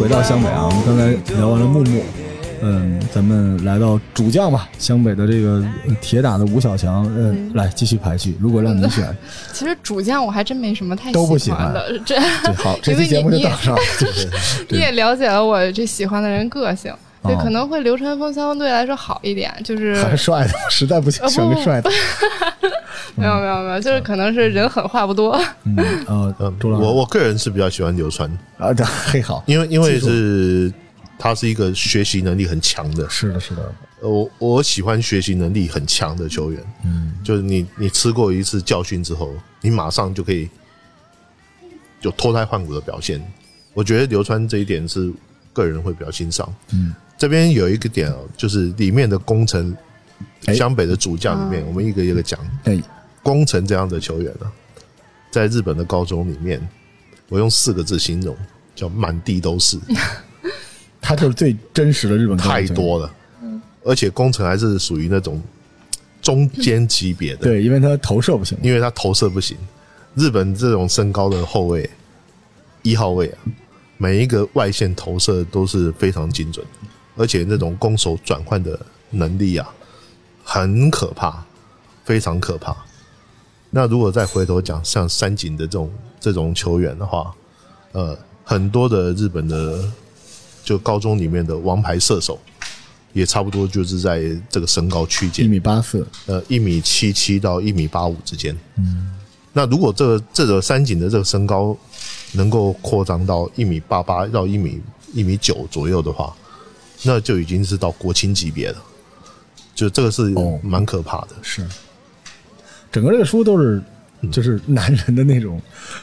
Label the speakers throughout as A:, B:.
A: 回到湘北啊，我们刚才聊完了木木，嗯，咱们来到主将吧，湘北的这个呃铁打的吴小强，嗯，来继续排序。如果让你 选，
B: 其实主将我还真没什么太
A: 都不喜
B: 欢
A: 欢
B: 的，这
A: 对，好，这
B: 因为
A: 期节目
B: 你
A: 就
B: 你
A: 到这儿。对对
B: 你
A: 对
B: 也了解了我这喜欢的人个性，对，
A: 哦
B: 可能会流川枫相对来说好一点，就是
A: 还是帅的，实在不行
B: 呃不
A: 选个帅的。
B: 没有没有没有，就是可能是人狠话不多，
A: 嗯，呃
C: 嗯，，
A: 周老师
C: 我我个人是比较喜欢流川，
A: 啊，对，嘿好，
C: 因为因为是他是一个学习能力很强的，
A: 是的，是的，
C: 呃我我喜欢学习能力很强的球员，
A: 嗯，
C: 就是你你吃过一次教训之后，你马上就可以有脱胎换骨的表现。我觉得流川这一点是个人会比较欣赏。
A: 嗯，
C: 这边有一个点哦，就是里面的工程，
A: 哎啊
C: 湘北的主将里面，
B: 嗯
C: 我们一个一个讲。
A: 哎，
C: 工程这样的球员啊，在日本的高中里面，我用四个字形容，叫满地都是，
A: 他就是最真实的日本高
C: 太
A: 中球员。
C: 多了。而且工程还是属于那种中间级别的，
A: 对，因为他投射不行，
C: 因为他投射不行。日本这种身高的后卫，一号位啊，每一个外线投射都是非常精准，而且那种攻守转换的能力啊，很可怕，非常可怕。那如果再回头讲像三井的这种这种球员的话，呃，很多的日本的就高中里面的王牌射手，也差不多就是在这个身高区间
A: 一，米八四，
C: 呃一米七七到一米八五之间。嗯，那如果这个这个三井的这个身高能够扩张到一米八八到一米一米九左右的话，那就已经是到国青级别了。就这个是
A: 哦
C: 蛮可怕的，
A: 是，整个这个书都是
C: 嗯
A: 就是男人的那种、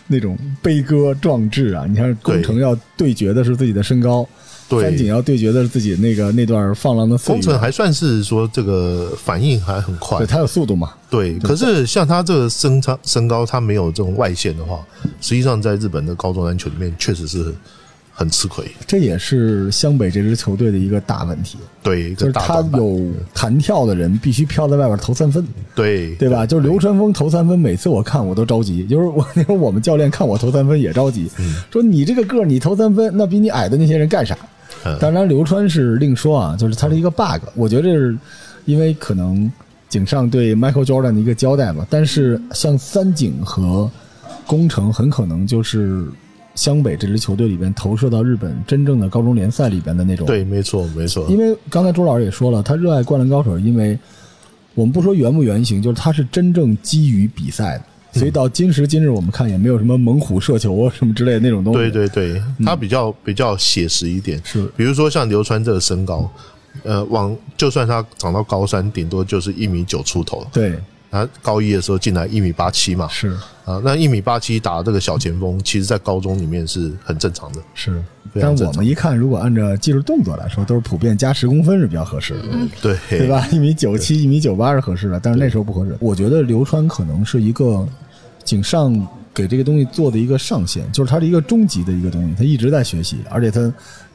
A: 那种悲歌壮志啊！你看，工程要对决的是自己的身高，
C: 对
A: 三井要对决的是自己那个那段放浪的岁
C: 工
A: 月，
C: 程还算是说这个反应还很快
A: 对，他有速度嘛？
C: 对。可是像他这个身长身高，他没有这种外线的话，实际上在日本的高中篮球里面确实是很吃亏。
A: 这也是湘北这支球队的一个大问题，
C: 对，一
A: 就
C: 个
A: 是
C: 大
A: 他
C: 短板
A: 有弹跳的人必须飘在外边投三分，
C: 对
A: 对吧？就是流川枫投三分，每次我看我都着急，就是我 那会儿我们教练看我投三分也着急，说你这个个儿你投三分，那比你矮的那些人干啥？
C: 嗯
A: 当然，流川是另说啊，就是他是一个 bug，我觉得这是因为可能井上对 Michael Jordan 的一个交代吧。但是像三井和宫城，很可能就是湘北这支球队里边投射到日本真正的高中联赛里边的那种。，
C: 对，没错没错。
A: 因为刚才周老师也说了，他热爱《灌篮高手》，因为我们不说原不原型，就是他是真正基于比赛的。
C: 嗯
A: 所以到今时今日，我们看也没有什么猛虎射球啊什么之类的那种东西。
C: 对，对对，
A: 嗯
C: 他比较、比较写实一点。
A: 是
C: 比如说像流川这个身高，呃，往就算他长到高三，顶多就是一米九出头。
A: 对，
C: 他高一的时候进来一米八七嘛，
A: 是
C: 啊，那一米八七打这个小前锋，其实在高中里面是很正常的。
A: 是，但
C: 非常
A: 我
C: 正常
A: 们一看，如果按照技术动作来说，都是普遍加十公分是比较合适的，
C: 对
A: 对？吧？一米九七、一米九八是合适的，但是那时候不合适。我觉得流川可能是一个井上给这个东西做的一个上限，就是它是一个终极的一个东西，他一直在学习，而且他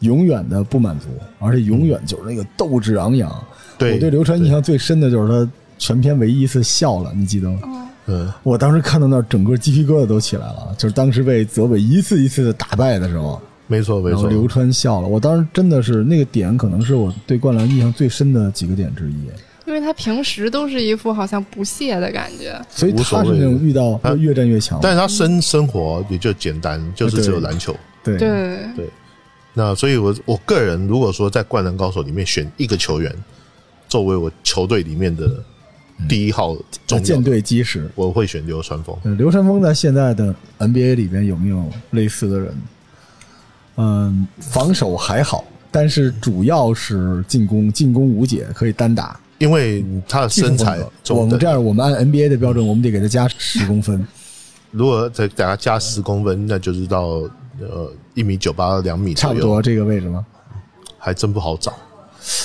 A: 永远的不满足，而且永远就是那个斗志昂扬。
C: 对
A: 我对流川印象最深的就是他全篇唯一一次笑了，你记得吗？
C: 嗯，
A: 我当时看到那儿，整个鸡皮疙瘩都起来了，就是当时被泽北一次一次的打败的时候。
C: 没错没
A: 然后
C: 错。
A: 刘川笑了，我当时真的是那个点，可能是我对灌篮印象最深的几个点之一。
B: 因为他平时都是一副好像不屑的感觉，
A: 所以
C: 无所
A: 他
C: 谓
A: 是那种遇到
C: 他
A: 越战越强，
C: 但是他生生活也就简单，就是只有
A: 对
C: 篮球。
A: 对
B: 对，
C: 那所以我，我个人如果说在《灌篮高手》里面选一个球员作为我球队里面的第一号
A: 他
C: 中
A: 舰嗯
C: 将，
A: 呃队基石。
C: 我会选流川枫。
A: 呃，流川枫在现在的 NBA 里边有没有类似的人？嗯，防守还好，但是主要是进攻，进攻无解，可以单打。
C: 因为他的
A: 技术
C: 身
A: 风
C: 材
A: 格我
C: 中
A: 们这
C: 等，
A: 样，我们按 NBA 的标准，我们得给他加十公分。
C: 如果再给他加十公分，那就是到呃一米九八两米
A: 差
C: 左
A: 不
C: 右，
A: 多这个位置吗？
C: 还真不好找。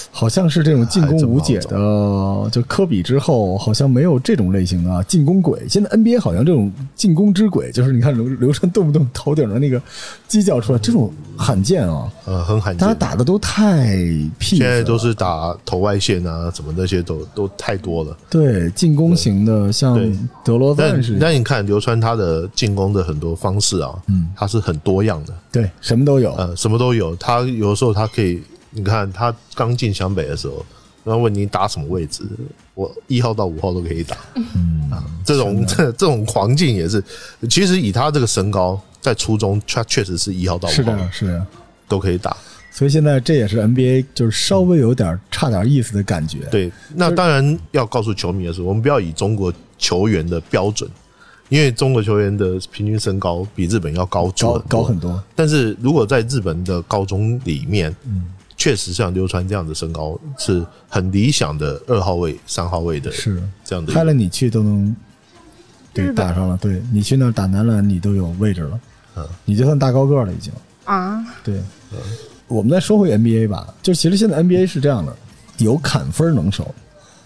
A: 好像是这种进攻
C: 还真不
A: 无
C: 好
A: 解
C: 找
A: 的，就科比之后好像没有这种类型的啊进攻鬼。现在 NBA 好像这种进攻之鬼，就是你看流流川动不动头顶的那个犄角出来，这种罕见啊，
C: 呃，很罕
A: 大家
C: 见。
A: 打的都太屁。
C: 现在都是打头外线啊，什么那些都都太多了。
A: 对进攻型的，像
C: 对
A: 德罗赞
C: 但
A: 是，
C: 但你看流川他的进攻的很多方式啊，
A: 嗯，
C: 他是很多样的，
A: 对什么都有。
C: 呃，什么都有。他有的时候他可以，你看他刚进湘北的时候，然后问你打什么位置，我一号到五号都可以打。
A: 嗯
C: 啊，这种这 这种狂劲也是，其实以他这个身高，在初中他确实是一号到
A: 是
C: 五号
A: 的，是的。
C: 都可以打。
A: 所以现在这也是 NBA 就是稍微有点差点意思的感觉。
C: 对，那当然要告诉球迷的是，我们不要以中国球员的标准，因为中国球员的平均身高比日本要高出
A: 高高
C: 多
A: 很多，
C: 但是如果在日本的高中里面，确实像流川这样的身高是很理想的二号位、三号位的
A: 是
C: 这样的一
A: 开
C: 个。
A: 了你去都能给
B: 日本
A: 打上了，对你去那儿打男篮你都有位置了，
C: 嗯
A: 你就算大高个了已经。
B: 啊，
A: 对，我们再说回 NBA 吧，就其实现在 NBA 是这样的，有砍分能手。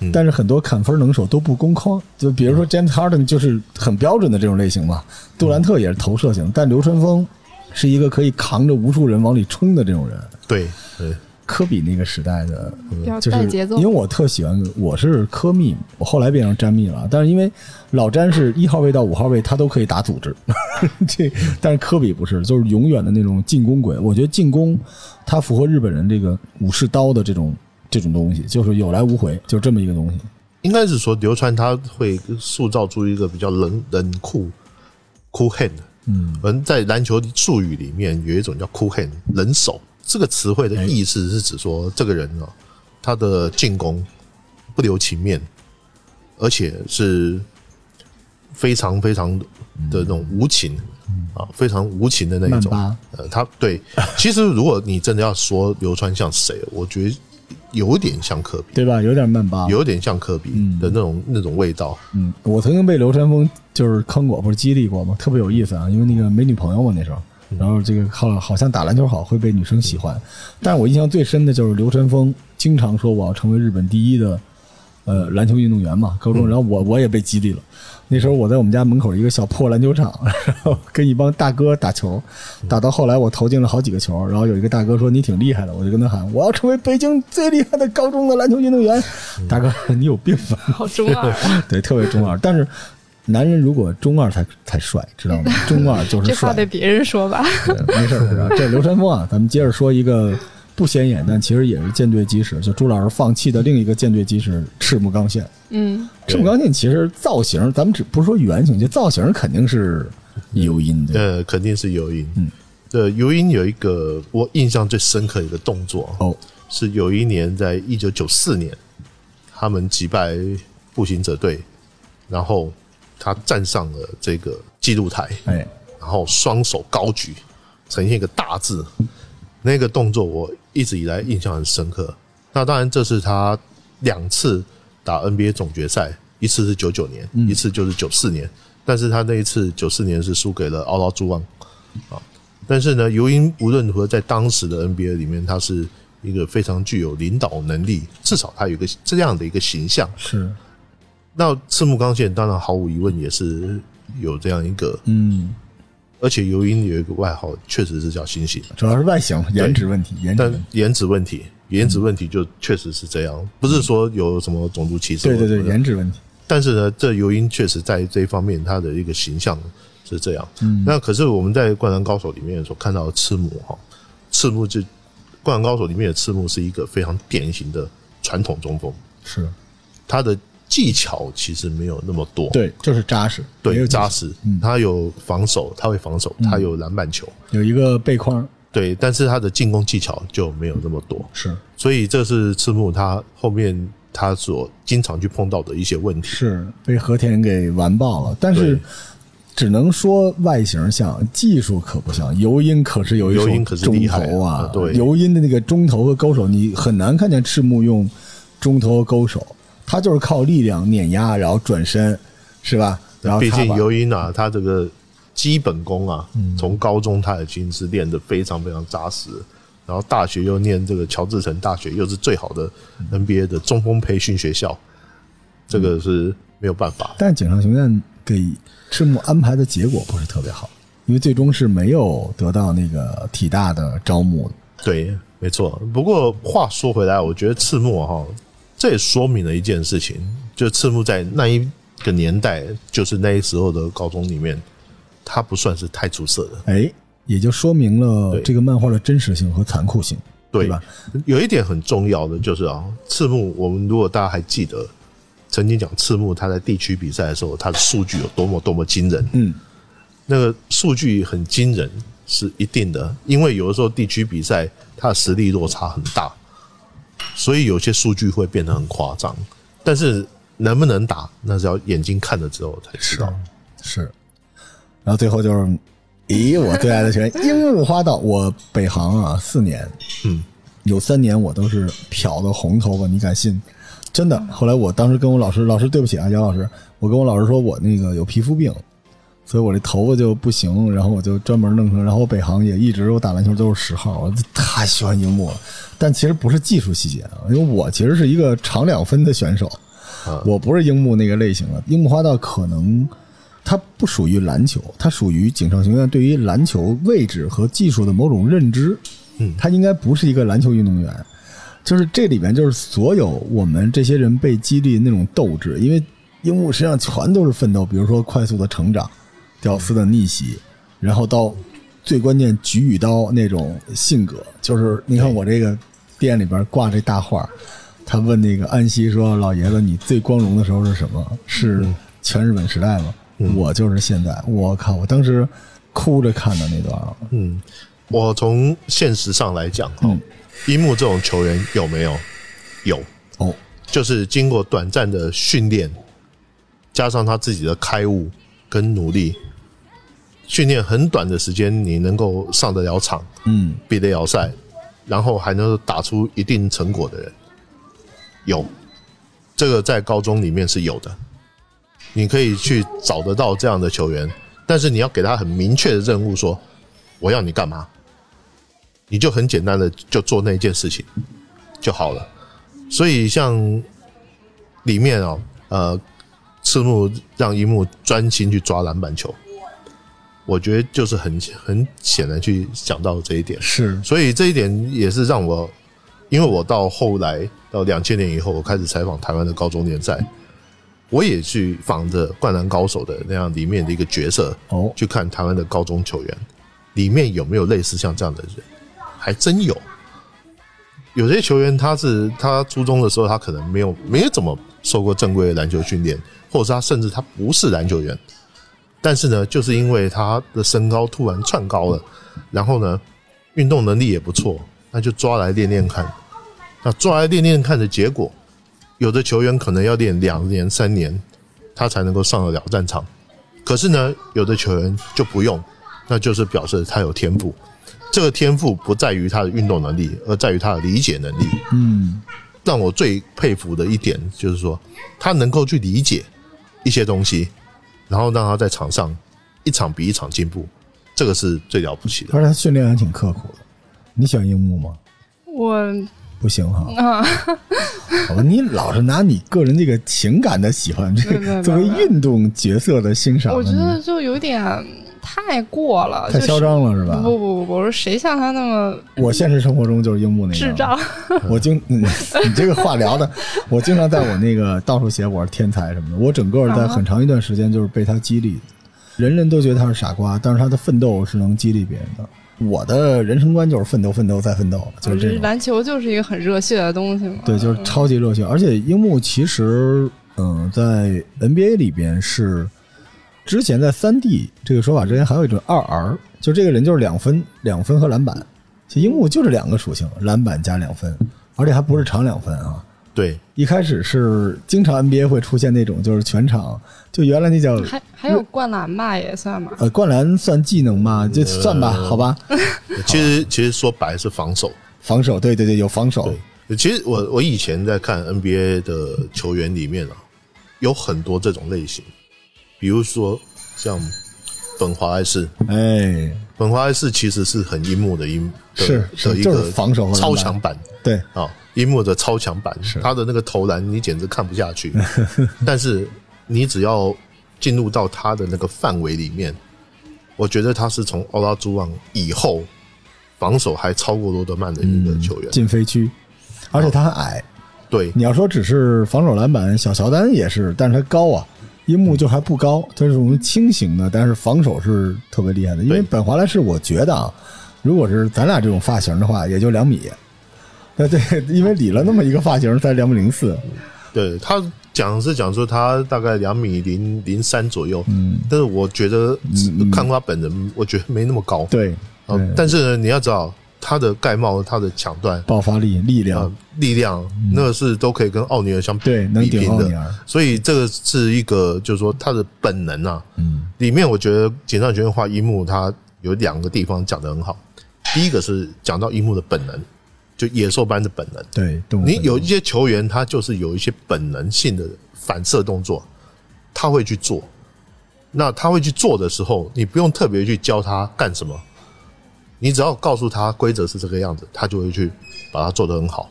C: 嗯
A: 但是很多砍分能手都不攻框，就比如说 James Harden 就是很标准的这种类型嘛，杜兰特也是投射型，但流川枫是一个可以扛着无数人往里冲的这种人。
C: 对对，
A: 科比那个时代的，呃
B: 比较
A: 就是
B: 带节奏
A: 因为我特喜欢，我是科密，我后来变成詹密了。但是因为老詹是一号位到五号位，他都可以打组织， 这但是科比不是，就是永远的那种进攻鬼。我觉得进攻它符合日本人这个武士刀的这种这种东西，就是有来无回，就这么一个东西。
C: 应该是说流川他会塑造出一个比较冷冷酷 cool hand，
A: 嗯，
C: 我们在篮球术语里面有一种叫 cool hand 人手这个词汇的意思是指说这个人哦，他的进攻不留情面，而且是非常非常的那种无情啊，非常无情的那一种
A: 曼嗯巴。
C: 呃，他对，其实如果你真的要说流川像谁，我觉得有点像科比。
A: 对吧？有点曼巴。
C: 有点像科比的那种、那种味道。
A: 嗯，我曾经被流川枫就是坑过，不是激励过吗？特别有意思啊，因为那个没女朋友嘛那时候，然后这个好好像打篮球好会被女生喜欢，但是我印象最深的就是流川枫经常说我要成为日本第一的呃篮球运动员嘛，高中，然后我我也被激励了。那时候我在我们家门口一个小破篮球场，然后跟一帮大哥打球，打到后来我投进了好几个球，然后有一个大哥说你挺厉害的，我就跟他喊我要成为北京最厉害的高中的篮球运动员。大哥说你有病吧？
B: 好中 二，啊
A: 对，特别中二。但是男人如果中二才才帅，知道吗？中二 就
B: 这
A: 是帅
B: 话。得别人说 吧。
A: 对没事儿，没事儿。这流川枫啊，咱们接着说一个不显眼，但其实也是间对基石，就朱老师放弃的另一个间对基石——赤木刚宪。
B: 嗯，
A: 赤木刚宪其实造型，咱们只不是说原型，就造型肯定是有因的。
C: 呃，肯定是尤因。
A: 嗯，
C: 呃，尤因有一个我印象最深刻的一个动作，
A: 哦，
C: 是有一年在一九九四年，他们击败步行者队，然后他站上了这个记录台，
A: 哎，
C: 然后双手高举，呈现一个大字。那个动作我一直以来印象很深刻。那当然，这是他两次打 NBA 总决赛，一次是九九年，一次就是九四年。但是他那一次九四年是输给了奥拉朱旺啊。但是呢，尤因无论如何，在当时的 NBA 里面，他是一个非常具有领导能力，至少他有一个这样的一个形象。
A: 是，
C: 那赤木刚宪当然毫无疑问也是有这样一个
A: 嗯，
C: 而且尤因有一个外号，确实是叫星星，
A: 主要是外形、颜值问题，颜值
C: 但
A: 问题。
C: 颜值问题，颜值问题就确实是这样，不是说有什么种族歧
A: 嗯
C: 视，
A: 对对对，。颜值问题。
C: 但是呢，这尤因确实在这一方面，他的一个形象是这样。
A: 嗯
C: 那可是我们在《灌篮高手》里面所看到的赤木哈，赤木就《灌篮高手》里面的赤木是一个非常典型的传统中锋，
A: 是
C: 他的技巧其实没有那么多，
A: 对，就是扎实，没有
C: 对，
A: 技巧嗯
C: 扎实，他有防守，他会防守，他有篮板球。
A: 有一个背框，
C: 对，但是他的进攻技巧就没有那么多，
A: 是
C: 所以这是赤木他后面他所经常去碰到的一些问题。
A: 是被和田给完爆了，但是
C: 对
A: 只能说外形像，技术可不像。尤因可是有一手
C: 尤因可是
A: 中
C: 厉害
A: 投啊，
C: 啊对
A: 尤因的那个中投和勾手，你很难看见赤木用中投和勾手，他就是靠力量碾压，然后转身，是吧？嗯然后
C: 毕
A: 他
C: 竟
A: 把
C: 尤因啊，他这个基本功啊，从高中他已经是练得非常非常扎实，然然后大学又念这个乔治城大学，又是最好的
A: 嗯
C: NBA 的中锋培训学校，这个是没有办法。
A: 但井上雄彦给赤木安排的结果不是特别好，因为最终是没有得到那个体大的招募的。
C: 对，没错。不过话说回来，我觉得赤木哈，这也说明了一件事情，就赤木在那一个年代，就是那时候的高中里面，他不算是太出色的。
A: 哎，也就说明了
C: 对
A: 这个漫画的真实性和残酷性，对
C: 对
A: 吧？
C: 有一点很重要的就是啊，赤木，我们如果大家还记得，曾经讲赤木他在地区比赛的时候，他的数据有多么多么惊人，
A: 嗯，
C: 那个数据很惊人是一定的，因为有的时候地区比赛他的实力落差很大，所以有些数据会变得很夸张，但是能不能打，那是要眼睛看了之后才知道。
A: 是。啊然后最后就是，咦，我最爱的球员樱木花道，我北航啊四年，
C: 嗯，
A: 有三年我都是漂的红头发，你敢信？真的。后来我当时跟我老师，老师对不起啊，姚老师，我跟我老师说我那个有皮肤病，所以我这头发就不行，然后我就专门弄成，然后北航也一直我打篮球都是十号，我太喜欢樱木了。但其实不是技术细节啊，因为我其实是一个长两分的选手，
C: 啊
A: 我不是樱木那个类型的。樱木花道可能它不属于篮球，它属于井上雄彦对于篮球位置和技术的某种认知。
C: 嗯
A: 他应该不是一个篮球运动员。就是这里面就是所有我们这些人被激励那种斗志，因为樱木身上全都是奋斗，比如说快速的成长、屌丝的逆袭，然后到最关键举与刀那种性格，就是你看我这个店里边挂这大画，他问那个安西说：“老爷子，你最光荣的时候是什么？是全日本时代吗？”我就是现在，我靠！我当时哭着看的那段啊，
C: 嗯，我从现实上来讲，
A: 嗯，
C: 樱木这种球员有没有？有，
A: 哦，
C: 就是经过短暂的训练，加上他自己的开悟跟努力，训练很短的时间，你能够上得了场，
A: 嗯，
C: 比得了赛，然后还能打出一定成果的人，有，这个在高中里面是有的，你可以去找得到这样的球员，但是你要给他很明确的任务说我要你干嘛，你就很简单的就做那件事情就好了。所以像里面哦，呃，赤木让樱木专心去抓篮板球，我觉得就是很很显然去讲到这一点。
A: 是
C: 所以这一点也是让我，因为我到后来到两千年以后，我开始采访台湾的高中联赛，我也去仿着《灌篮高手》的那样里面的一个角色，
A: 哦，
C: 去看台湾的高中球员，里面有没有类似像这样的人，还真有。有些球员他是他初中的时候，他可能没有没有怎么受过正规的篮球训练，或者是他甚至他不是篮球员，但是呢，就是因为他的身高突然窜高了，然后呢，运动能力也不错，那就抓来练练看。那抓来练练看的结果，有的球员可能要练两年三年，他才能够上得了战场。可是呢，有的球员就不用，那就是表示他有天赋。这个天赋不在于他的运动能力，而在于他的理解能力。
A: 嗯，
C: 让我最佩服的一点就是说，他能够去理解一些东西，然后让他在场上一场比一场进步，这个是最了不起的。
A: 而且他训练还挺刻苦的。你喜欢樱木吗？
B: 我
A: 不行哈，
B: 嗯
A: 好吧，你老是拿你个人这个情感的喜欢，这
B: 没有没
A: 个
B: 有
A: 作为运动角色的欣赏，
B: 我觉得就有点太过了，
A: 啊嗯太嚣张了是
B: 就是。
A: 吧？
B: 不不不不，我说谁像他那么
A: 我现实生活中就是樱木那
B: 智
A: 样，
B: 障？
A: 我经、嗯、你这个话聊的，我经常在我那个到处写我是天才什么的，我整个在很长一段时间就是被他激励的。人人都觉得他是傻瓜，但是他的奋斗是能激励别人的。我的人生观就是奋斗、奋斗再奋斗，就是这种。
B: 篮球就是一个很热血的东西嘛。
A: 对，就是超级热血。而且樱木其实，嗯，在 NBA 里边是之前在三 D 这个说法之前，还有一种二 R，就这个人就是两分、两分和篮板。其实樱木就是两个属性，篮板加两分，而且还不是长两分啊。
C: 对，
A: 一开始是经常 NBA 会出现那种，就是全场就原来那叫
B: 还还有灌篮吧，也算 吧。
A: 呃灌篮算技能吗？
C: 呃
A: 就算吧，好吧，
C: 其实其实说白了是防守。
A: 防守对对对，有防守，
C: 对，其实我我以前在看 NBA 的球员里面啊，有很多这种类型，比如说像本华莱士，
A: 哎，
C: 本华莱士其实是很樱木的樱的
A: 是是
C: 的一
A: 就
C: 个
A: 是防守和篮板
C: 超强版
A: 对，
C: 啊，樱木的超强版
A: 是，
C: 他的那个投篮你简直看不下 去，但是你只要进入到他的那个范围里面，我觉得他是从奥拉朱旺以后防守还超过罗德曼的一个
A: 嗯
C: 球员，
A: 禁飞区，而且他还矮。
C: 对
A: 你要说只是防守篮板，小乔丹也是，但是他高啊。樱木就还不高，他是属于轻型的，但是防守是特别厉害的。因为
C: 对
A: 本华莱士，我觉得啊，如果是咱俩这种发型的话，也就两米。那对，因为理了那么一个发型才两米零四，
C: 对，他讲是讲说他大概两米零零三左右，
A: 嗯
C: 但是我觉得看过他本人，我觉得没那么高，
A: 对，
C: 啊
A: 对
C: 但是呢，你要知道他的盖帽、他的抢断
A: 爆发力、力量，
C: 啊、力量，那个是都可以跟奥尼尔相
A: 嗯对，能
C: 比
A: 顶啊
C: 拼
A: 奥尼
C: 的。
A: 尔，
C: 所以这个是一个，就是说他的本能啊。
A: 嗯，
C: 里面我觉得简上学院画樱木，他有两个地方讲得很好。第一个是讲到樱木的本能，就野兽般的本能。
A: 对，动物
C: 你
A: 本
C: 有
A: 能
C: 一些球员，他就是有一些本能性的反射动作，他会去做。那他会去做的时候，你不用特别去教他干什么，你只要告诉他规则是这个样子，他就会去把它做得很好。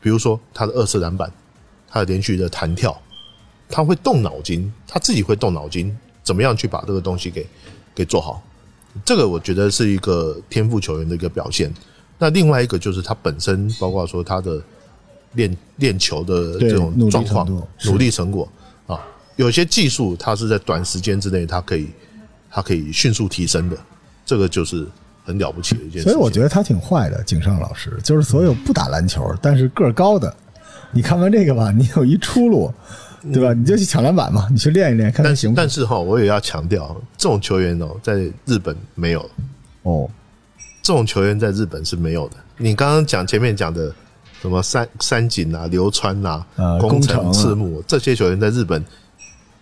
C: 比如说他的二次篮板，他的连续的弹跳，他会动脑筋，他自己会动脑筋，怎么样去把这个东西给给做好。这个我觉得是一个天赋球员的一个表现。那另外一个就是他本身，包括说他的练练球的
A: 对
C: 这种
A: 努力
C: 状
A: 程
C: 况
A: 度、是
C: 努力成果啊，有些技术它是在短时间之内，它可以它可以迅速提升的，这个就是很了不起的一件事
A: 所
C: 情。
A: 以我觉得他挺坏的，井上老师就是所有不打篮球但是个儿高的，你看完这个吧，你有一出路，
C: 嗯
A: 对吧？你就去抢篮板嘛，你去练一练，看看
C: 但
A: 行
C: 是
A: 不行。
C: 但是哈，我也要强调，这种球员哦，在日本没有，
A: 哦，
C: 这种球员在日本是没有的。你刚刚讲前面讲的什么三三井啊、流川啊、
A: 呃
C: 宫
A: 宫城啊
C: 城、赤木这些球员，在日本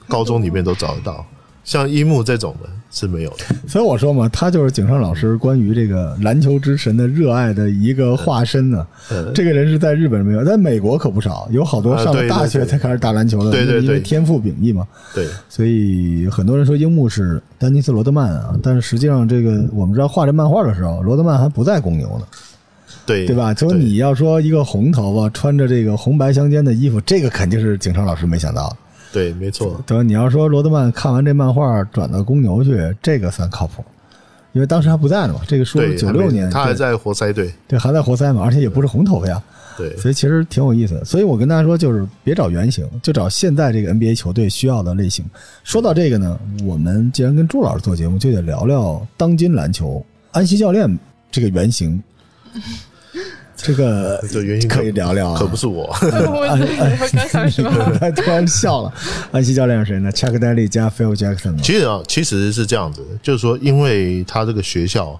C: 高中里面都找得到。像樱木这种的是没有 的，
A: 所以我说嘛，他就是井上老师关于这个篮球之神的热爱的一个化身呢、
C: 呃，
A: 这个人是在日本没有，在美国可不少，有好多
C: 啊
A: 上了
C: 对
A: 大
C: 对
A: 学
C: 对
A: 才开始打篮球的，
C: 对对
A: 因为
C: 对
A: 天赋秉异嘛。
C: 对，
A: 所以很多人说樱木是丹尼斯·罗德曼啊，但是实际上这个我们知道画这漫画的时候，罗德曼还不在公牛呢。
C: 对，
A: 对吧？就你要说一个红头发穿着这个红白相间的衣服，这个肯定是景超老师没想到的。
C: 对，对，没错，
A: 对吧？你要说罗德曼看完这漫画转到公牛去，这个算靠谱，因为当时还不在呢嘛。这个书
C: 对，
A: 九
C: 还没
A: 六年，
C: 他还
A: 对
C: 在活塞队，
A: 对还在活塞嘛，而且也不是红头发呀，
C: 对，
A: 所以其实挺有意思的。所以我跟大家说，就是别找原型，就找现在这个 NBA 球队需要的类型。说到这个呢，我们既然跟朱老师做节目，就得聊聊当今篮球安西教练这个原型。这 个
C: 这原型
A: 可以聊聊啊，
C: 可不是我，
B: 我
A: 哎
B: 我刚想说，
A: 他突然笑了。安西教练是谁呢？Chuck Daly 加 Phil Jackson 嘛。
C: 其实啊，其实是这样子，就是说，因为他这个学校，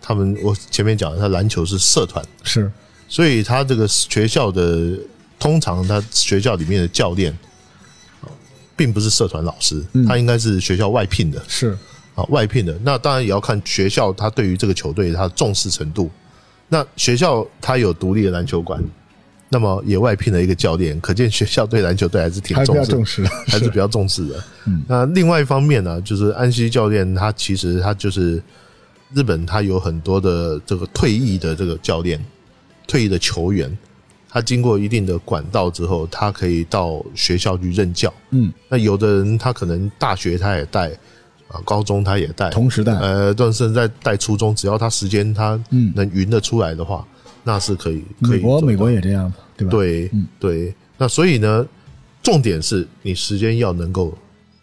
C: 他们我前面讲的，他篮球是社团，
A: 是，
C: 所以他这个学校的呃通常他学校里面的教练，并不是社团老师，他应该是学校外聘的
A: 是，
C: 啊，外聘的。那当然也要看学校他对于这个球队他的重视程度。那学校他有独立的篮球馆，那么也外聘了一个教练，可见学校对篮球队还是挺
A: 还是嗯比
C: 重
A: 较
C: 视的
A: 重。视的。
C: 还是比较重视的。那另外一方面呢、就是安西教练他其实他就是日本，他有很多的这个退役的这个教练，退役的球员，他经过一定的管道之后，他可以到学校去任教。
A: 嗯，
C: 那有的人他可能大学他也带啊，高中他也带，
A: 同时代，
C: 呃，但是在带初中，只要他时间他
A: 嗯
C: 能匀得出来的话，那是可以可
A: 美
C: 以
A: 国
C: 做到
A: 美国也这样嘛，对吧？，嗯
C: 对、对，那所以呢，重点是你时间要能够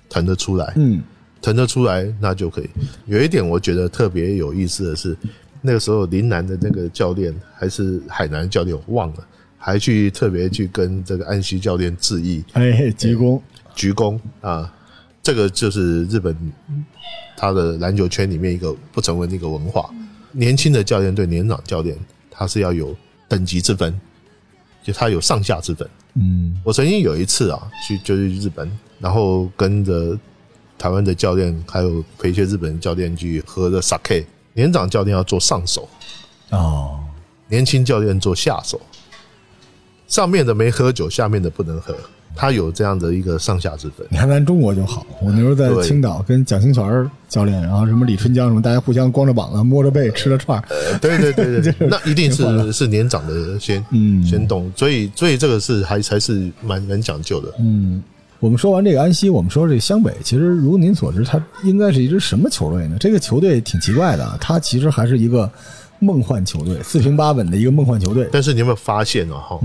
C: 腾得出来，
A: 嗯，
C: 腾得出来那就可以。有一点我觉得特别有意思的是，那个时候林南的那个教练还是海南教练，我忘了，还去特别去跟这个安西教练致意
A: 哎，鞠躬，
C: 鞠躬啊。这个就是日本他的篮球圈里面一个不成文的一个文化，年轻的教练对年长教练，他是要有等级之分，就他有上下之分。
A: 嗯，
C: 我曾经有一次啊，去就去日本，然后跟着台湾的教练，还有陪一些日本教练去喝的 sake。年长教练要做上手，
A: 哦，
C: 年轻教练做下手。上面的没喝酒，下面的不能喝。他有这样的一个上下之分。
A: 你看咱中国就好，我那时候在
C: 对
A: 青岛跟蒋兴全教练，然后什么李春江什么，大家互相光着膀子摸着背吃着串儿，
C: 呃 对对对对 对，那一定
A: 挺好
C: 是是年长的先
A: 嗯
C: 先动，所以所以这个是还才是蛮蛮讲究的。
A: 嗯，我们说完这个安西，我们说这湘北，其实如您所知，它应该是一支什么球队呢？这个球队挺奇怪的啊，它其实还是一个梦幻球队，四平八稳的一个梦幻球队。
C: 但是你有没有发现哦？哈，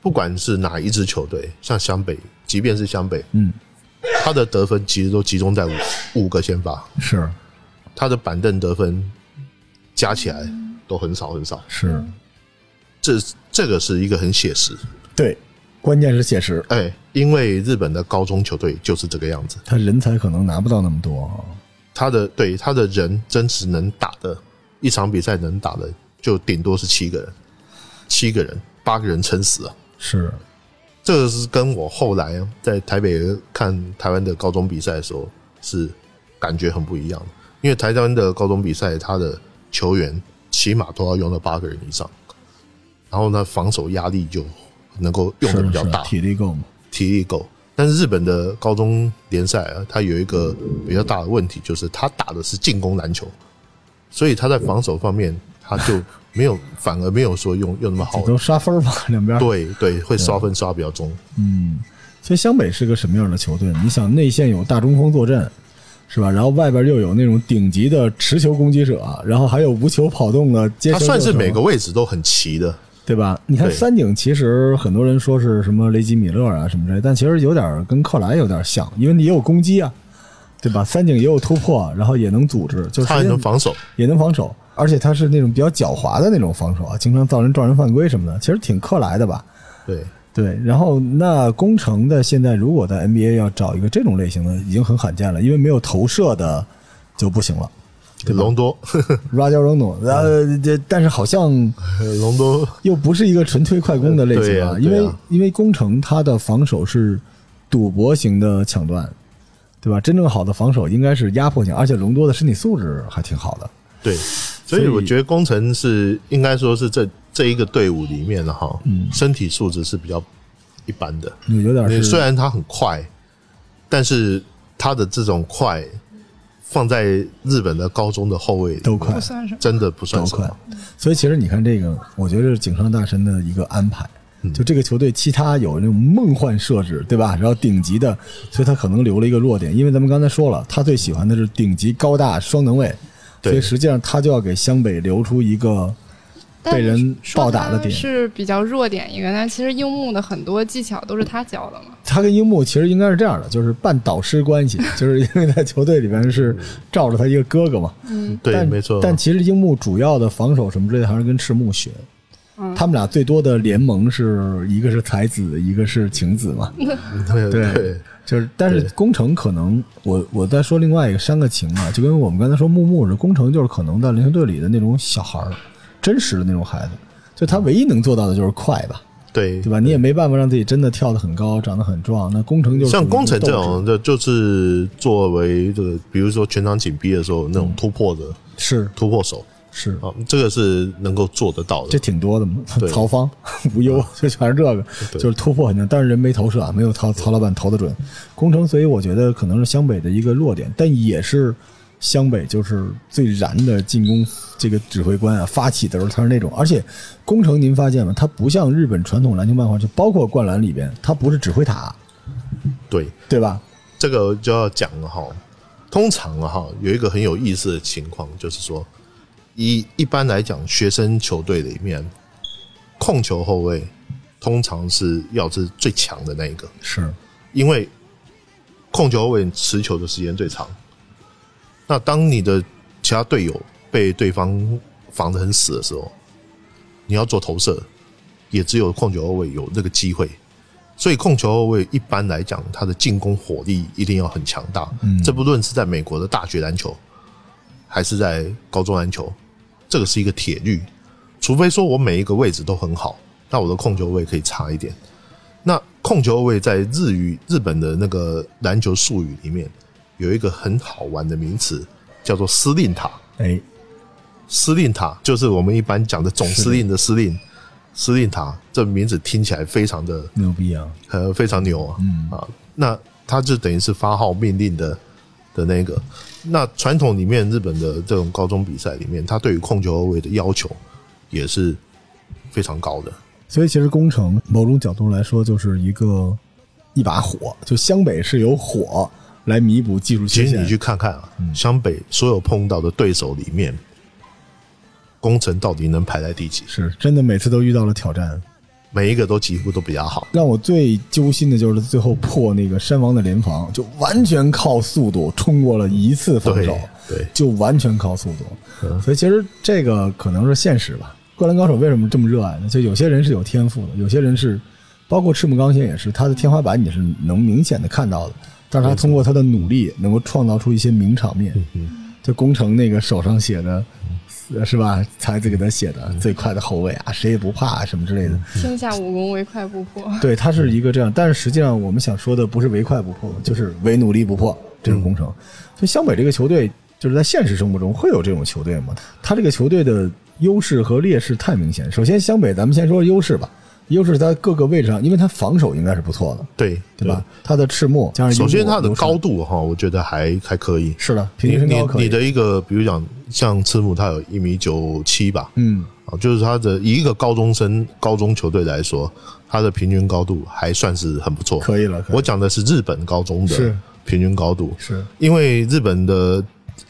C: 不管是哪一支球队，像湘北，即便是湘北，
A: 嗯，
C: 他的得分其实都集中在五五个先发，
A: 是
C: 他的板凳得分加起来都很少很少，
A: 是，
C: 这这个是一个很写实。
A: 对，关键是写实，
C: 哎、因为日本的高中球队就是这个样子，
A: 他人才可能拿不到那么多啊。
C: 他的对他的人真实能打的，一场比赛能打的就顶多是七个人，七个人八个人撑死啊。
A: 是，
C: 这个是跟我后来在台北看台湾的高中比赛的时候是感觉很不一样的，因为台湾的高中比赛，他的球员起码都要用到八个人以上，然后呢，防守压力就能够用的
A: 是
C: 比较
A: 是
C: 大，
A: 体力够吗？
C: 体力够。但是日本的高中联赛啊，它有一个比较大的问题，就是他打的是进攻篮球，所以他在防守方面他就没有，反而没有说用用那么好
A: 这。都刷分儿吧，两边。，
C: 对对，会
A: 啊
C: 刷分刷比较重。
A: 其实湘北是个什么样的球队呢？你想，内线有大中锋坐镇，是吧？然后外边又有那种顶级的持球攻击者，然后还有无球跑动的接球
C: 他
A: 射手。
C: 算是每个位置都很齐的，
A: 对吧？你看
C: 对
A: 三井，其实很多人说是什么雷吉米勒啊什么之类，但其实有点儿跟克莱有点像，因为你也有攻击啊，对吧？三井也有突破，然后也能组织，就是
C: 他还能防守。
A: 也能防守，而且他是那种比较狡猾的那种防守啊，经常造人撞人犯规什么的，其实挺克莱的吧？
C: 对，
A: 对，然后那工程的现在如果在 NBA 要找一个这种类型的，已经很罕见了，因为没有投射的就不行了。
C: 隆多，
A: Rajon Rondo，呃，这但是好像
C: 隆多
A: 又不是一个纯推快攻的类型啊，
C: 对啊
A: 因为、
C: 对啊
A: 因为工程他的防守是赌博型的抢断，对吧？真正好的防守应该是压迫型，而且隆多的身体素质还挺好的。
C: 对，所以我觉得工程是应该说是这这一个队伍里面的哈，身体素质是比较一般的。
A: 有点
C: 虽
A: 嗯是
C: 然他很快，但是他的这种快放在日本的高中的后卫
A: 都快
B: 不算什么。
C: 真的不
A: 都
C: 算什
A: 快
C: 么。，
A: 所以其实你看这个，我觉得是井上大神的一个安排。
C: 嗯
A: 就这个球队，其他有那种梦幻设置，对吧？然后顶级的，所以他可能留了一个弱点，因为咱们刚才说了，他最喜欢的是顶级高大双能卫，所
C: 对
A: 以实际上他就要给湘北留出一个
B: 但
A: 被人
B: 说
A: 暴打的
B: 他
A: 点。
B: 是比较弱点一个，但其实樱木的很多技巧都是他教的嘛。
A: 他跟樱木其实应该是这样的，就是半导师关系，就是因为在球队里边是罩着他一个哥哥嘛。
C: 对，
A: 但
C: 没错。
A: 但其实樱木主要的防守什么之类的还是跟赤木学。
B: 嗯
A: 他们俩最多的联盟是一个是才子，一个是晴子嘛。
C: 对
A: 对
C: 对
A: 就是，但是
C: 对
A: 工程可能，我我再说另外一个山个情嘛，就跟我们刚才说木木似的，工程就是可能在篮球队里的那种小孩儿，真实的那种孩子，就他唯一能做到的就是快吧，
C: 嗯对
A: 对吧？你也没办法让自己真的跳得很高，长得很壮。那工程就是
C: 像工程这
A: 属于斗
C: 种的，就是作为这个，比如说全场紧逼的时候那
A: 嗯
C: 种突破的
A: 志是
C: 突破手
A: 是，
C: 啊，这个是能够做得到
A: 这
C: 的。
A: 挺多的嘛
C: 对。
A: 曹芳、无忧， 就全是这个，
C: 对
A: 就是突破很强，但是人没投射啊，没有曹曹老板投的准。工程，所以我觉得可能是湘北的一个弱点，但也是湘北就是最燃的进攻这个指挥官啊，发起的时候他是那种，而且工程您发现吗？他不像日本传统篮球漫画，就包括灌篮里边，他不是指挥塔，
C: 对，
A: 对吧？
C: 这个就要讲了哈。通常啊哈，有一个很有意思的情况，就是说，一一般来讲，学生球队里面控球后卫通常是要是最强的那一个，
A: 是
C: 因为控球后卫持球的时间最长。那当你的其他队友被对方防得很死的时候，你要做投射，也只有控球后卫有这个机会。所以控球后卫一般来讲，他的进攻火力一定要很强大。这不论是在美国的大学篮球，还是在高中篮球，这个是一个铁律。除非说我每一个位置都很好，那我的控球位可以差一点。那控球位在日语日本的那个篮球术语里面有一个很好玩的名词，叫做司令塔。
A: 哎，
C: 司令塔就是我们一般讲的总司令的司令，司令塔这名字听起来非常的
A: 牛逼啊！
C: 呃非常牛啊、
A: 嗯
C: 啊！那他就等于是发号命令的的那个。那传统里面日本的这种高中比赛里面，他对于控球后卫的要求也是非常高的。
A: 所以其实宫城某种角度来说就是一个一把火，就湘北是由火来弥补技术
C: 其
A: 缺
C: 实你
A: 陷
C: 去。看看啊，
A: 嗯
C: 湘北所有碰到的对手里面，工程到底能排在第几？
A: 是真的，每次都遇到了挑战。
C: 每一个都几乎都比较好。
A: 让我最揪心的就是最后破那个山王的联防，就完全靠速度冲过了一次防
C: 对
A: 守，
C: 对，
A: 就完全靠速度。
C: 嗯
A: 所以其实这个可能是现实吧。灌篮高手为什么这么热爱呢？就有些人是有天赋的，有些人是，包括赤木刚宪也是，他的天花板你是能明显的看到的，但是他通过他的努力能够创造出一些名场面。
C: 嗯
A: 就工程那个手上写的，是吧？才子给他写的最快的后卫啊，谁也不怕啊，什么之类的。
C: 嗯
B: 天下武功唯快不破。
A: 对，它是一个这样，但是实际上我们想说的不是唯快不破，就是唯努力不破这种工程。所以湘北这个球队，就是在现实生活中会有这种球队吗？他这个球队的优势和劣势太明显。首先，湘北咱们先说优势吧，优势在各个位置上，因为他防守应该是不错的，
C: 对
A: 对吧？？他的赤木加上
C: 首先，
A: 樱木
C: 它的
A: 流川
C: 高度哈，我觉得还还可以。
A: 是的，平
C: 你
A: 均身
C: 你
A: 高可以
C: 你的一个，比如讲像赤木，他有一米九七吧，
A: 嗯，
C: 啊，就是他的以一个高中生、高中球队来说，他的平均高度还算是很不错。
A: 可以了，可以
C: 我讲的是日本高中
A: 是
C: 的平均高度，
A: 是
C: 因为日本的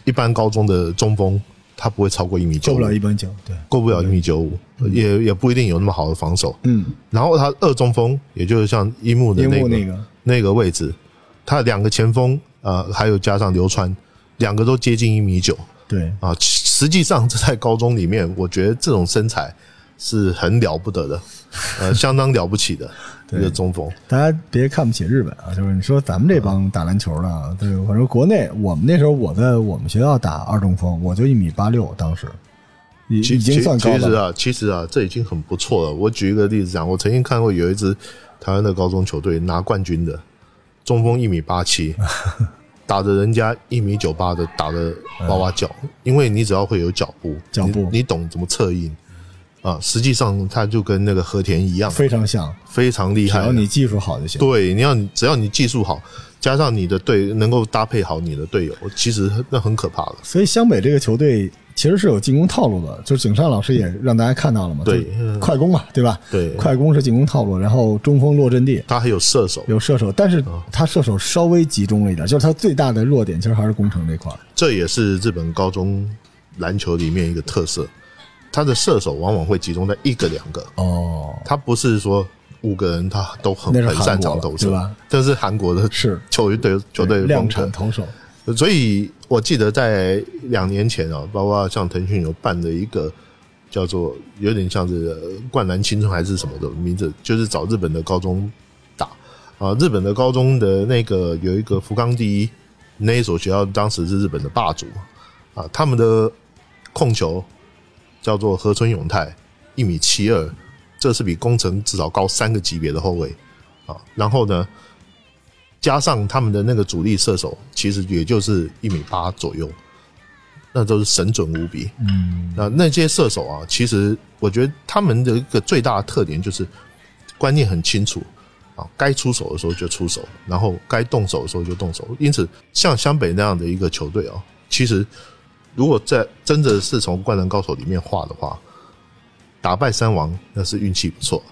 C: 一般高中的中锋，他不会超过一米
A: 救
C: 九
A: 不
C: 五
A: 了，一嗯般九，对，
C: 过不了一米九五，也也不一定有那么好的防守。
A: 嗯，
C: 然后他二中锋，也就是像樱木的
A: 樱
C: 那
A: 木
C: 个
A: 那个
C: 那个位置，他两个前锋，呃，还有加上流川，两个都接近一米九
A: 对，
C: 啊。其实际上，这在高中里面，我觉得这种身材是很了不得的，呃，相当了不起的
A: 对
C: 一个中锋。
A: 大家别看不起日本啊，就是你说咱们这帮打篮球的啊，
C: 嗯
A: 对，反正国内我们那时候我在我们学校打二中锋，我就一米八六，当时已
C: 其
A: 已经算高
C: 其其实
A: 了。
C: 啊，其实啊，这已经很不错了。我举一个例子讲，我曾经看过有一支台湾的高中球队拿冠军的，中锋一米 八七，打着人家一米九八的打的哇哇叫，因为你只要会有脚步，
A: 嗯脚步
C: 你你懂怎么策应啊。实际上，他就跟那个和田一样，
A: 非常像，
C: 非常厉
A: 只
C: 害
A: 要
C: 的。
A: 你技术好就行。
C: 对，你要你只要你技术好，加上你的队能够搭配好你的队友，其实那很可怕的。
A: 所以湘北这个球队其实是有进攻套路的，就是井上老师也让大家看到了嘛，
C: 对
A: 就
C: 嗯
A: 快攻嘛，对吧？
C: 对
A: 快攻是进攻套路，然后中锋落阵地
C: 他还有射手，
A: 有射手，但是
C: 嗯
A: 他射手稍微集中了一点，就是他最大的弱点其实还是攻城这块儿。
C: 这也是日本高中篮球里面一个特色，他的射手往往会集中在一个两个，
A: 哦，
C: 他不是说五个人他都很
A: 那是
C: 很
A: 韩
C: 擅
A: 国
C: 长
A: 了
C: 投
A: 对
C: 射
A: 吧，
C: 但是韩国的
A: 是
C: 球队球队
A: 量
C: 风
A: 产
C: 格，
A: 投手，
C: 所以我记得在两年前啊，包括像腾讯有办的一个。叫做有点像是呃灌篮青春还是什么的名字，就是找日本的高中打啊，日本的高中的那个有一个福冈第一那一所学校，当时是日本的霸主嘛啊，他们的控球叫做河村永泰，一米七二，这是比宫城至少高三个级别的后卫啊。然后呢，加上他们的那个主力射手，其实也就是一米八左右，那都是神准无比。
A: 嗯，
C: 那那些射手啊，其实我觉得他们的一个最大的特点就是观念很清楚啊，该出手的时候就出手，然后该动手的时候就动手。因此，像湘北那样的一个球队啊，其实如果在真的是从《灌篮高手》里面画的话，打败三王那是运气不错，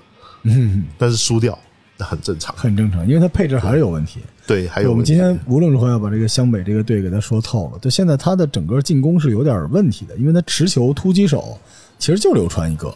A: 嗯，
C: 但是输掉那很正常。
A: 很正常，因为他配置还是有问题。
C: 对，还有
A: 我们今
C: 问
A: 天无论如何要把这个湘北这个队给他说透了。就现在他的整个进攻是有点问题的，因为他持球突击手其实就流川一个，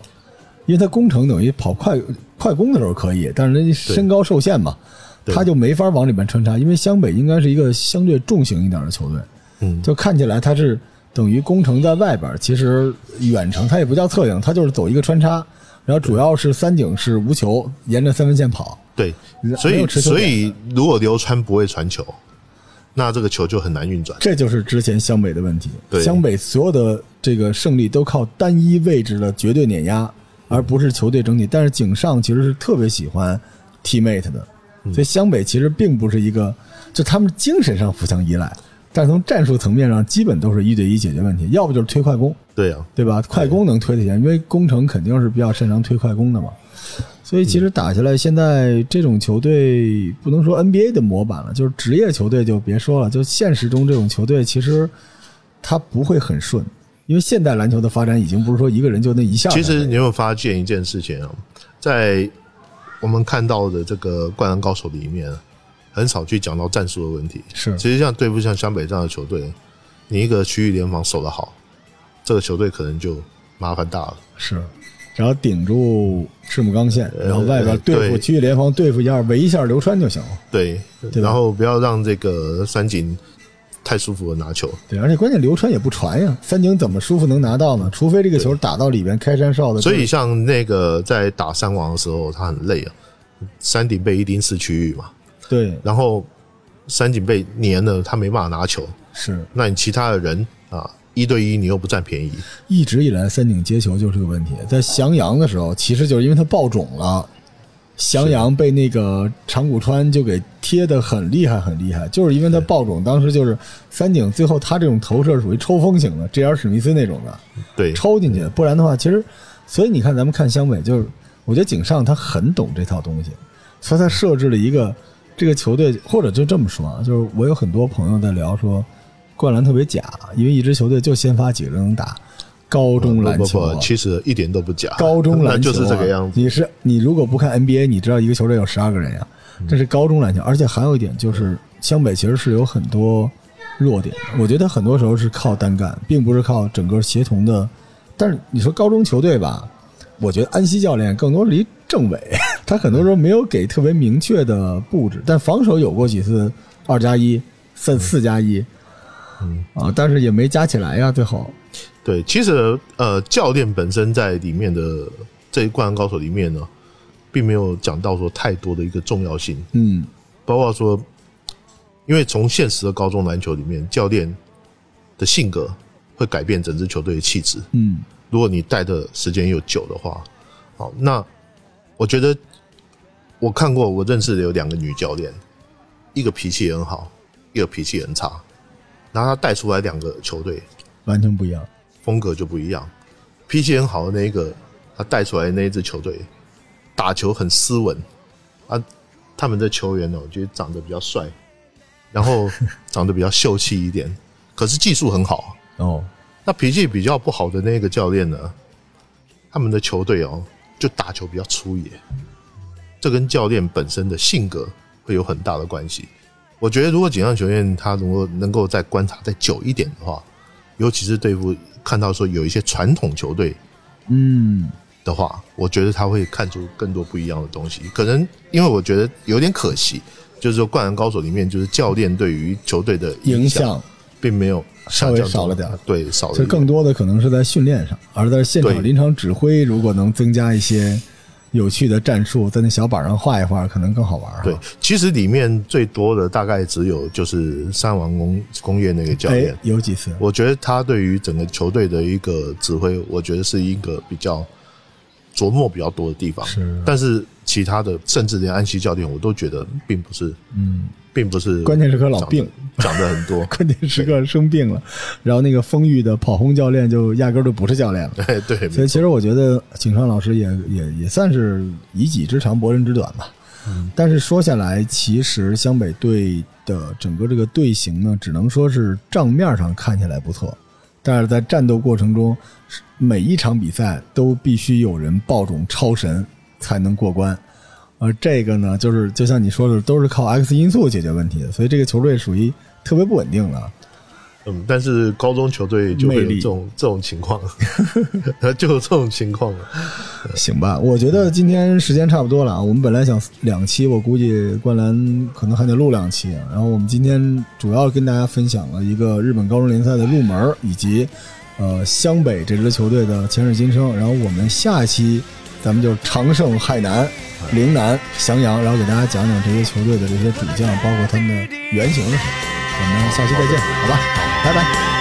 A: 因为他攻城等于跑快快攻的时候可以，但是人家身高受限嘛，
C: 对
A: 他就没法往里面穿插。因为湘北应该是一个相对重型一点的球队，
C: 嗯
A: 就看起来他是等于攻城在外边儿，其实远程他也不叫侧应，他就是走一个穿插，然后主要是三井是无球，沿着三分线跑。
C: 对，
A: 没
C: 所
A: 有
C: 以
A: 持球
C: 所
A: 点
C: 以如果流川不会传球，那这个球就很难运转。
A: 这就是之前湘北的问题。
C: 对
A: 湘北所有的这个胜利都靠单一位置的绝对碾压，而不是球队整体。但是井上其实是特别喜欢 teammate 的，所以湘北其实并不是一个，就他们精神上互相依赖，但从战术层面上，基本都是一对一解决问题，要不就是推快攻，
C: 对啊，
A: 对吧？快攻能推得前，因为工程肯定是比较擅长推快攻的嘛。所以其实打下来，现在这种球队不能说 NBA 的模板了，就是职业球队就别说了，就现实中这种球队其实它不会很顺，因为现代篮球的发展已经不是说一个人就那一项。
C: 其实你有没有发现一件事情啊？在我们看到的这个《灌篮高手》里面，很少去讲到战术的问题。
A: 是
C: 其实像对付像湘北这样的球队，你一个区域联防守得好，这个球队可能就麻烦大了。
A: 是，然后顶住赤木刚宪，然后外边对付
C: 呃对
A: 区域联防，对付一下围一下流川就行了。
C: 对，
A: 吧
C: 然后不要让这个三井太舒服的拿球。
A: 对，而且关键流川也不传呀，三井怎么舒服能拿到呢？除非这个球打到里边开山哨的，
C: 所以像那个在打三王的时候，他很累啊，山顶被一定是区域嘛，
A: 对
C: 然后山井被粘了，他没办法拿球。
A: 是
C: 那你其他的人啊，一对一你又不占便宜，
A: 一直以来三井接球就是个问题。在翔阳的时候，其实就是因为他爆种了，翔阳被那个长谷川就给贴的很厉害很厉害，就是因为他爆种，当时就是三井最后他这种投射属于抽风型的，J.R. 史密斯那种的，
C: 对，
A: 抽进去，不然的话，其实，所以你看，咱们看湘北，就是我觉得井上他很懂这套东西，所以他设置了一个这个球队，或者就这么说啊，就是我有很多朋友在聊说，灌篮特别假，因为一支球队就先发几个人能打，高中篮
C: 不
A: 球、
C: 不
A: 啊
C: 不，。其实一点都不假，
A: 高中篮球、啊
C: 那就是这个样子。。
A: 你是你如果不看 NBA，你知道一个球队有十二个人呀、
C: 嗯
A: 这是高中篮球。而且还有一点就是，湘北其实是有很多弱点的。我觉得很多时候是靠单干，并不是靠整个协同的。但是你说高中球队吧，我觉得安西教练更多是一政委， 他很多时候没有给特别明确的布置，但防守有过几次二加一、三四加一。
C: 嗯
A: 啊，但是也没加起来呀，最后
C: 对，其实呃，教练本身在里面的这一灌篮高手里面呢，并没有讲到说太多的一个重要性，
A: 嗯，
C: 包括说，因为从现实的高中篮球里面，教练的性格会改变整支球队的气质。
A: 嗯，
C: 如果你待的时间又久的话，好，那我觉得我看过，我认识的有两个女教练，一个脾气很好，一个脾气很差，然后她带出来两个球队
A: 完全不一样。
C: 风格就不一样。脾气很好的那一个，她带出来的那一支球队打球很斯文啊，他们的球员呢，我觉得长得比较帅，然后长得比较秀气一点，可是技术很好啊。
A: 哦，
C: 那脾气比较不好的那个教练呢，他们的球队哦，就打球比较粗野，这跟教练本身的性格会有很大的关系。我觉得如果锦上学院他如果能够再观察再久一点的话，尤其是对付看到说有一些传统球队
A: 嗯，
C: 的话，我觉得他会看出更多不一样的东西。可能因为我觉得有点可惜，就是说《灌篮高手》里面就是教练对于球队的
A: 影
C: 响
A: 响
C: 并没有
A: 稍微
C: 下降
A: 少了
C: 多
A: 点儿
C: 对，少了
A: 就
C: 一点
A: 更多的可能是在训练上，而在现场
C: 对
A: 临场指挥，如果能增加一些有趣的战术，在那小板上画一画，可能更好玩儿哈。
C: 对，其实里面最多的大概只有就是三王工工业那个教练
A: 哎，，有几次
C: 我觉得他对于整个球队的一个指挥，我觉得是一个比较琢磨比较多的地方。
A: 是
C: 但是其他的，甚至连安西教练，我都觉得并不是，
A: 嗯，
C: 并不是
A: 关键是个老病。
C: 讲得，讲的很多
A: 关键时刻生病了，然后那个丰裕的跑轰教练就压根儿就不是教练了。
C: 哎，对，没
A: 所以其实我觉得井上老师也也也算是以己之长博人之短吧。但是说下来，其实湘北队的整个这个队形呢，只能说是账面上看起来不错，但是在战斗过程中，是每一场比赛都必须有人爆种超神才能过关。而这个呢，就是就像你说的，都是靠 X 因素解决问题的，所以这个球队属于特别不稳定了。
C: 嗯，但是高中球队就会
A: 魅
C: 有
A: 力
C: 这种这种情况， 就有这种情况了。
A: 行吧，我觉得今天时间差不多了啊。我们本来想两期，我估计灌篮可能还得录两期。然后我们今天主要跟大家分享了一个日本高中联赛的入门儿，以及呃湘北这支球队的前世今生。然后我们下一期咱们就长盛、海南、陵南、襄阳，然后给大家讲讲这些球队的这些主将，包括他们的原型是什么。我们下期再见，好吧，拜拜。